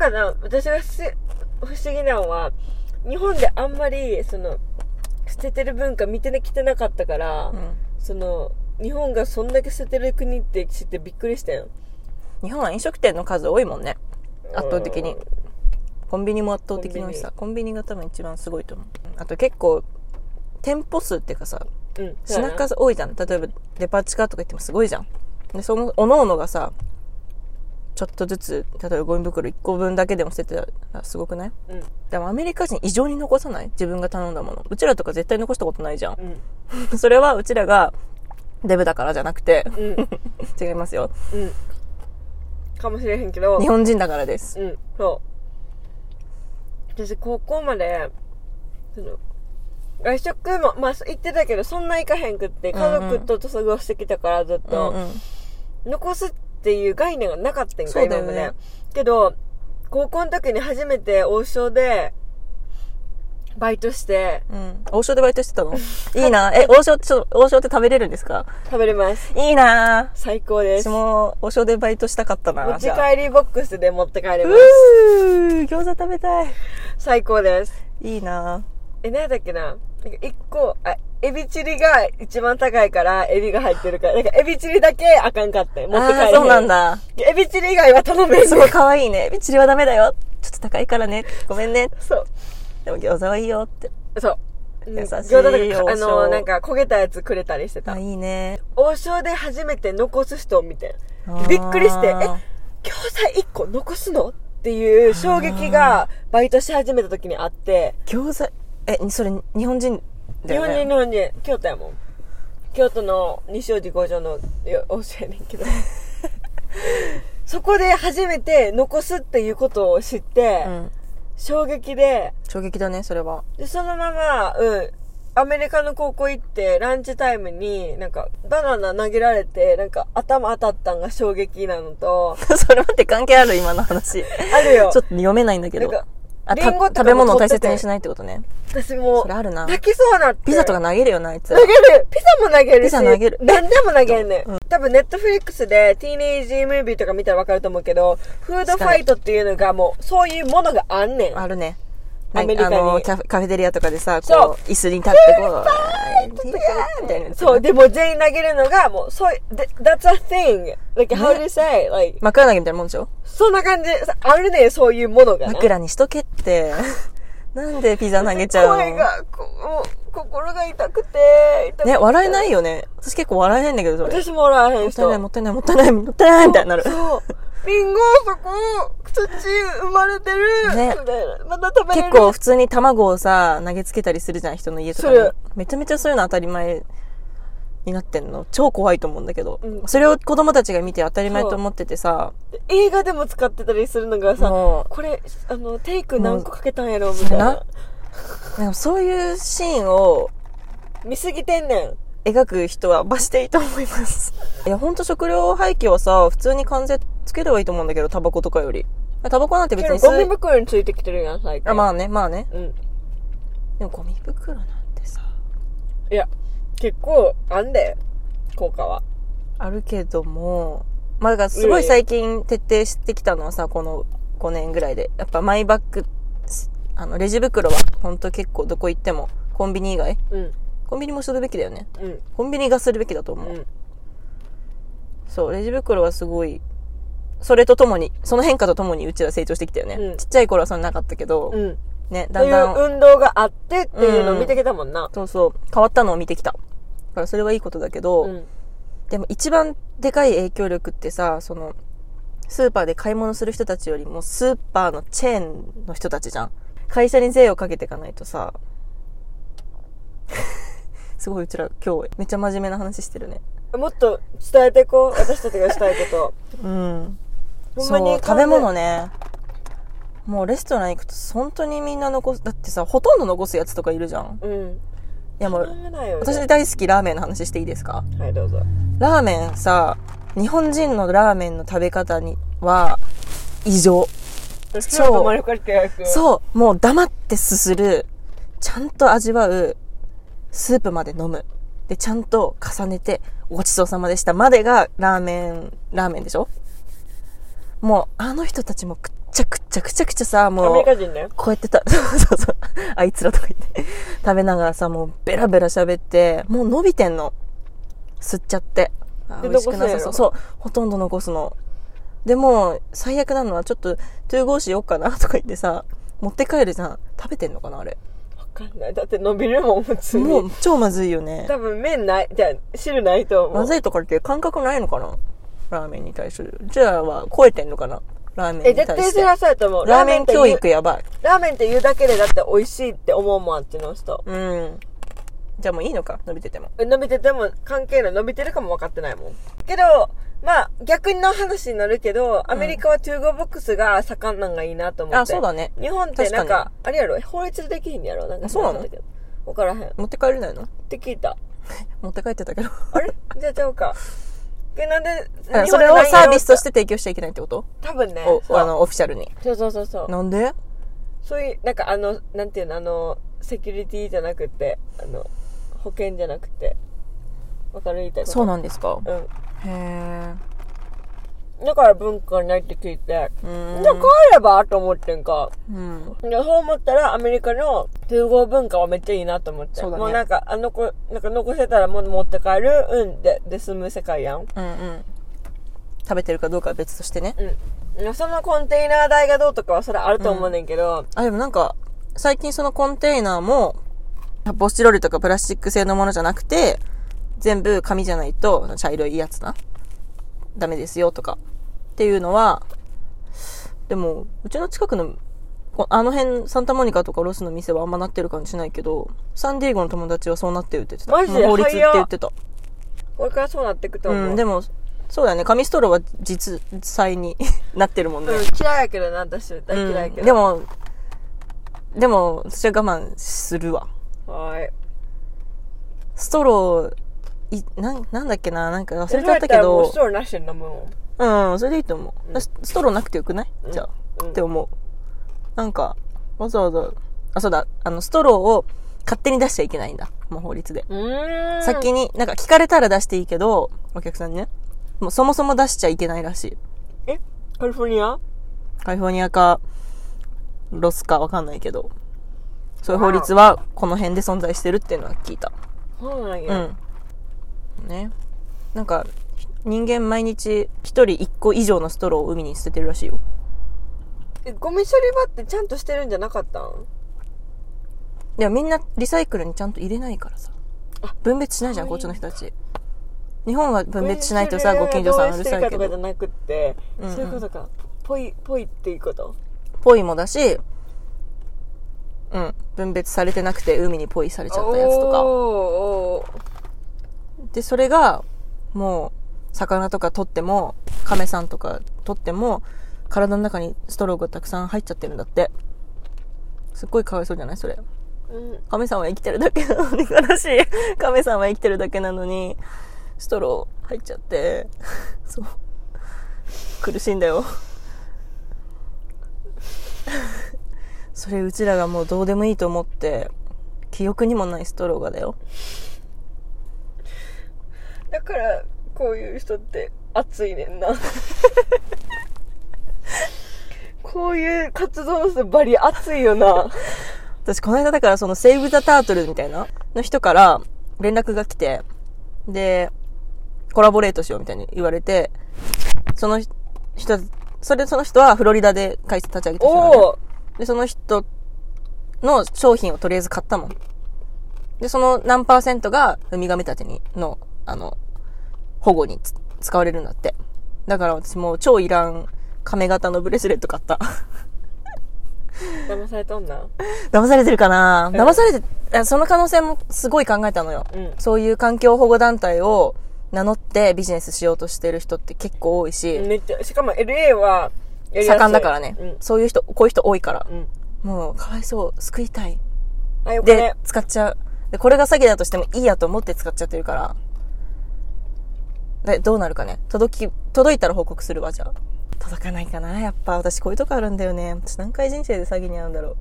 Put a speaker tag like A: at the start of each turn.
A: 私がす不思議なのは日本であんまりその捨ててる文化見てきてなかったから、
B: うん
A: その日本がそんだけ捨ててる国って知ってびっくりしたよ
B: 日本は飲食店の数多いもんね圧倒的にコンビニも圧倒的に多いしさコンビニが多分一番すごいと思うあと結構店舗数っていうかさ
A: うん、うん、そうや
B: 品
A: な
B: 数多いじゃん例えばデパ地下とか行ってもすごいじゃんでそのおのおのがさちょっとずつ例えばゴミ袋1個分だけでも捨ててたらすごくない
A: うん
B: でもアメリカ人異常に残さない自分が頼んだものうちらとか絶対残したことない じゃん
A: うん
B: それはうちらがデブだからじゃなくて
A: うん
B: 違いますよ
A: うんかもしれへんけど
B: 日本人だからです
A: うんそう私高校までその外食もまあ行ってたけどそんな行かへんくって
B: うんうん
A: 家族とと過ごしてきたからずっ
B: うん
A: と、
B: うん
A: 残すっていう概念がなかったんか
B: そうだ
A: 今ま
B: よね
A: でけど高校の時に初めて王将でバイトして
B: うん王将でバイトしてたの いいなえ王将ってちょ王将って食べれるんですか
A: 食べれます
B: いいな
A: 最高です持
B: 私も王将でバイトしたかったな
A: ち
B: じゃあ
A: 帰りボックスで持って帰れます
B: うー餃子食べたい
A: 最高です
B: いいな
A: え何だっけななんか1個あエビチリが一番高いからエビが入ってるからなんかエビチリだけあかんかって持って帰れ
B: あ
A: へ
B: ーそうなんだ。
A: エビチリ以外は頼めん
B: す
A: そ
B: ご
A: う
B: い可愛いね。ビチリはダメだよ。ちょっと高いからね。ごめんね。
A: そう
B: でも餃子はいいよって。
A: そううん
B: 優しい
A: 餃子とかあの
B: 王将
A: なんか焦げたやつくれたりしてた
B: あ、いいね。
A: 王将で初めて残す人を見て
B: あー
A: びっくりしてえ餃子1個残すのっていう衝撃がバイトし始めた時にあって
B: 餃子、え、それ日本人
A: 日
B: だよ
A: 本人日
B: ね。
A: 本人京都やもん京都の西大路五条のよ王将やねん けどそこで初めて残すっていうことを知って、
B: うん。
A: 衝撃で
B: 衝撃だね、それは。
A: でそのままうんアメリカの高校行ってランチタイムになんかバナナ投げられてなんか頭当たったんが衝撃なのと
B: それ待って関係ある今の話。ち
A: ある
B: ょ
A: よ
B: っと読めないんだけど
A: なんか。
B: あ、
A: リ
B: た
A: ンゴとかも
B: 食べ物を大切にしないってことね。
A: 私も
B: それあるな
A: 泣きそうなって
B: ピザとか投げるよな、あいつ
A: 投。げるピザも投げるし
B: ピザ投げる
A: 何でも投げんねん、
B: うん
A: 多分ネットフリックスでティーネイジームービーとか見たら分かると思うけどフードファイトっていうのがもうそういうものがあんねん
B: あるね。
A: アメリカ
B: なん
A: に
B: かあのキャフェカフェテリアとかでさ、
A: そ
B: こう、椅子に立って こう、あーピザみたいなやつ。
A: そうでも全員投げるのがもうそういう that- That's a thing like how do you say like
B: 枕投げみたいなもんでしょ
A: そんな感じあるねんそういうものがな
B: 枕にしとけって。 なんでピザ投げちゃう
A: 声
B: の
A: がこもう心が痛くて痛くて
B: ね、笑えないよね。私結構笑えないんだけど、それ。もっ
A: 私も笑えへん
B: たいない、
A: 人
B: もったいない、もったいない、もったいないみたいになる。
A: そう。リンゴそこ、土生まれてる。
B: ね
A: みたいな。また食べれ
B: 結
A: る。
B: 構普通に卵をさ、投げつけたりするじゃん、人の家とかに
A: する。
B: めちゃめちゃそういうの当たり前になってんの。超怖いと思うんだけど。
A: うん
B: それを子供たちが見て当たり前と思っててさ、
A: 映画でも使ってたりするのがさ、
B: も
A: これ、あの、テイク何個かけたんやろ、みたい
B: も
A: な
B: う。う、なんかそういうシーンを
A: 見すぎてんねん。
B: 描く人は罰していいと思います。 いや、ほんと食料廃棄はさ、普通に関税つければいいと思うんだけど、タバコとかより。タバコなんて別
A: けど
B: に
A: ゴミ
B: 吸う。
A: 袋についてきてるやん、最近。
B: あ、まあね、まあね。
A: うん。
B: でもゴミ袋なんてさ、
A: いや、結構、あんで、効果は。
B: あるけども、まあだからすごい最近徹底してきたのはさ、この5年ぐらいで。やっぱマイバッグ、あの、レジ袋は、ほんと結構どこ行っても、コンビニ以外。
A: うん。
B: コンビニもするべきだよね。
A: うん。
B: コンビニがするべきだと思う。
A: うん。
B: そう、レジ袋はすごい、それとともに、その変化とともにうちら成長してきたよね。
A: うん
B: ちっちゃい頃はそんななかったけど、
A: うん。
B: ね、だ
A: と
B: ん
A: い
B: だん、
A: う運動があってっていうのを見てきたもんな。
B: そうそう、変わったのを見てきた。だからそれはいいことだけど、
A: うん。
B: でも一番でかい影響力ってさ、その、スーパーで買い物する人たちよりも、スーパーのチェーンの人たちじゃん。会社に税をかけていかないとさ、 すごいうちら今日めっちゃ真面目な話してるね。
A: もっと伝えてこう。私たちがしたいこと。
B: うん。
A: ほんまに
B: そ
A: 考え
B: う食べ物ねもうレストラン行くと本当にみんな残すだってさほとんど残すやつとかいるじゃん
A: うん。
B: いやも
A: 考
B: う
A: えないよね
B: 私大好きラーメンの話していいですか
A: はい、どうぞ。
B: ラーメンさ日本人のラーメンの食べ方には異常
A: そう。生まれ変わって早く
B: そうもう黙ってすするちゃんと味わうスープまで飲むでちゃんと重ねてごちそうさまでしたまでがラーメンラーメンでしょもうあの人たちもくっちゃくちゃくちゃくちゃさ、
A: ア
B: も
A: メリ、
B: う
A: カ人ね。
B: こうやってた、 そうそうそう、あいつらとか言って、食べながらさ、もうベラベラ喋って、もう伸びてんの。吸っちゃって。あ
A: で
B: 美味しくなさそう。
A: 残す
B: そう、ほとんど残すの。でも、最悪なのは、ちょっと、トゥーゴーしよっかなとか言ってさ、持って帰るじゃん。食べてんのかなあれ。
A: わかんない。だって伸びるもん、普通に。
B: もう、超まずいよね。
A: 多分麺ない、じゃあ汁ないと思う。
B: まずいとかって感覚ないのかなラーメンに対する。じゃあは、超えてんのかなラーメン
A: え、
B: に
A: 絶
B: 対
A: 対
B: し
A: そ
B: て
A: れ。はそうやと思う。
B: ラーメン教
A: って
B: 育やばい。
A: 言うラーメンって言うだけでだって美味しいって思うもん、あっちの人。
B: うん。じゃあもういいのか伸びてても。
A: え伸びてても関係ない。伸びてるかも分かってないもん。けど、まあ、逆の話になるけど、アメリカは中国ボックスが盛んなんがいいなと思って。
B: あ、そうだね。
A: 日本ってなん
B: 確
A: か、
B: か
A: あれやろ、法律でできひんやろ、なんか
B: あそうなの
A: だけど。分からへん。っ
B: 持って帰れないの
A: て聞いた。
B: 持って帰って たけど。
A: あれじゃあちゃうか。えなんで、。
B: あそれをサービスとしてて提供しちゃいけないってこと
A: 多分ね。そ
B: お
A: う
B: あの、オフィシャルに。
A: そうそうそうそう。
B: なんで
A: そういう、なんかあの、なんていうの、あの、セキュリティじゃなくて、あの、保険じゃなくて、わかる言いたいこと。
B: そうなんですか
A: う
B: へえ。
A: ん。だから文化にないって聞いて、
B: うーん
A: じゃあ帰ればと思ってんか。
B: うん。
A: でそう思ったら、アメリカの統合文化はめっちゃいいなと思って。
B: そうだね
A: もうなんか、あの子、なんか残せたらもう持って帰る、うん、で、で済む世界やん。
B: うんうん。食べてるかどうかは別としてね。
A: うん。そのコンテイナー代がどうとかはそれあると思うねんけど、
B: あ、でもなんか、最近そのコンテイナーも、発泡スチロールとかプラスチック製のものじゃなくて、全部紙じゃないと、茶色いやつな。ダメですよとか。っていうのは、でも、うちの近くの、こあの辺、サンタモニカとかロスの店はあんまなってる感じしないけど、サンディエゴの友達はそうなってるって言ってた。
A: マジで
B: もう法律って
A: 早っ
B: 言ってた。
A: これからそうなっていくと思う。
B: うん、で
A: も、
B: も、そうだよね。紙ストローは実際に なってるもん
A: うん、
B: ね。
A: 嫌いやけどな、私、大嫌いやけど。
B: うんでも、でも、私は我慢するわ。
A: はーい。
B: ストロー、い、なん、なんだっけな、なんか忘れちゃった
A: そ
B: け
A: れやらもう
B: ど
A: ス、トローなしで飲むも
B: うん、それでいいと思う。
A: うん
B: スストローなくてよくない、
A: うん
B: じゃあ、
A: うん
B: って思う。なんか、わざわざ、あ、そうだ、あの、ストローを勝手に出しちゃいけないんだ。もう法律で。
A: ん。うーん。
B: 先に、なんか聞かれたら出していいけど、お客さんにね。もうそもそも出しちゃいけないらしい。
A: えカリフォルニア
B: カリフォルニアか、ロスかわかんないけど、そういう法律はこの辺で存在してるっていうのは聞いた。
A: そうなん
B: う
A: や。
B: ん。ね。なんか、人間毎日一人一個以上のストローを海に捨ててるらしいよ。
A: え、ゴミ処理場ってちゃんとしてるんじゃなかったん
B: いや、みんなリサイクルにちゃんと入れないからさ。分別しないじゃん、こっちの人たち。日本は分別しないとさ、ご近所さんうるさい
A: ゴミ
B: け
A: 処理場がどうしてるかとかじ
B: ど
A: ゃ。なくって、
B: うんうん
A: そういうことか。ぽい、ぽいっていうこと。
B: ポイもだし、うん。分別されてなくて海にポイされちゃったやつとか。
A: おーお
B: でそれがもう魚とか取ってもカメさんとか取っても体の中にストローがたくさん入っちゃってるんだってすっごいかわいそうじゃないそれ
A: ーうん。
B: カメさんは生きてるだけな のに悲しいカメさんは生きてるだけなのにストロー入っちゃってそう苦しいんだよそれうちらがもうどうでもいいと思って記憶にもないストローがだよ
A: だから、こういう人って熱いね んな。こういう活動の人バリ熱いよな。
B: 私この間だからそのセーブ・ザ・タートルみたいなの人から連絡が来て、で、コラボレートしようみたいに言われて、その人、それその人はフロリダで会社立ち上げた人なのね
A: おー
B: で、その人の商品をとりあえず買ったもん。で、その何パーセントがウミガメたちにの、あの、保護につ使われるんだって。だから私もう超いらん亀型のブレスレット買った。
A: 騙されとんな。
B: 騙されてるかな
A: うん
B: 騙されて、あその可能性もすごい考えたのよ。
A: うん
B: そういう環境保護団体を名乗ってビジネスしようとしてる人って結構多いし、
A: めっちゃ、しかも LA は、やりやすい
B: 盛んだからね、
A: うん。
B: そういう人、こういう人多いから。
A: うん。
B: もう、かわいそう、救いたい。
A: はい、お
B: で、
A: 金。
B: 使っちゃう。で、これが詐欺だとしてもいいやと思って使っちゃってるから。で、どうなるかね。届き、届いたら報告するわ、じゃあ。届かないかなやっぱ私こういうとこあるんだよね。私何回人生で詐欺に遭うんだろう。